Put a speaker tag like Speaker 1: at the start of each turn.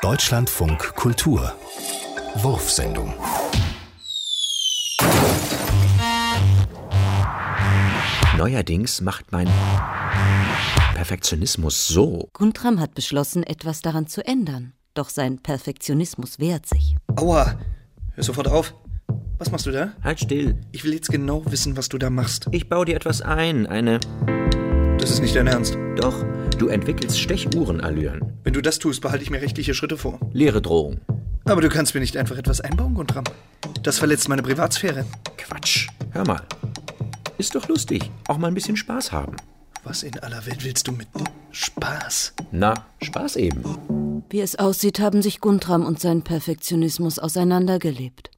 Speaker 1: Deutschlandfunk Kultur. Wurfsendung.
Speaker 2: Neuerdings macht mein Perfektionismus so.
Speaker 3: Guntram hat beschlossen, etwas daran zu ändern. Doch sein Perfektionismus wehrt sich.
Speaker 4: Aua! Hör sofort auf. Was machst du da?
Speaker 2: Halt still.
Speaker 4: Ich will jetzt genau wissen, was du da machst.
Speaker 2: Ich baue dir etwas ein. Eine.
Speaker 4: Das ist nicht dein Ernst.
Speaker 2: Doch, du entwickelst Stechuhrenallüren.
Speaker 4: Wenn du das tust, behalte ich mir rechtliche Schritte vor.
Speaker 2: Leere Drohung.
Speaker 4: Aber du kannst mir nicht einfach etwas einbauen, Guntram. Das verletzt meine Privatsphäre.
Speaker 2: Quatsch. Hör mal. Ist doch lustig. Auch mal ein bisschen Spaß haben.
Speaker 4: Was in aller Welt willst du mit Spaß?
Speaker 2: Na, Spaß eben.
Speaker 3: Wie es aussieht, haben sich Guntram und sein Perfektionismus auseinandergelebt.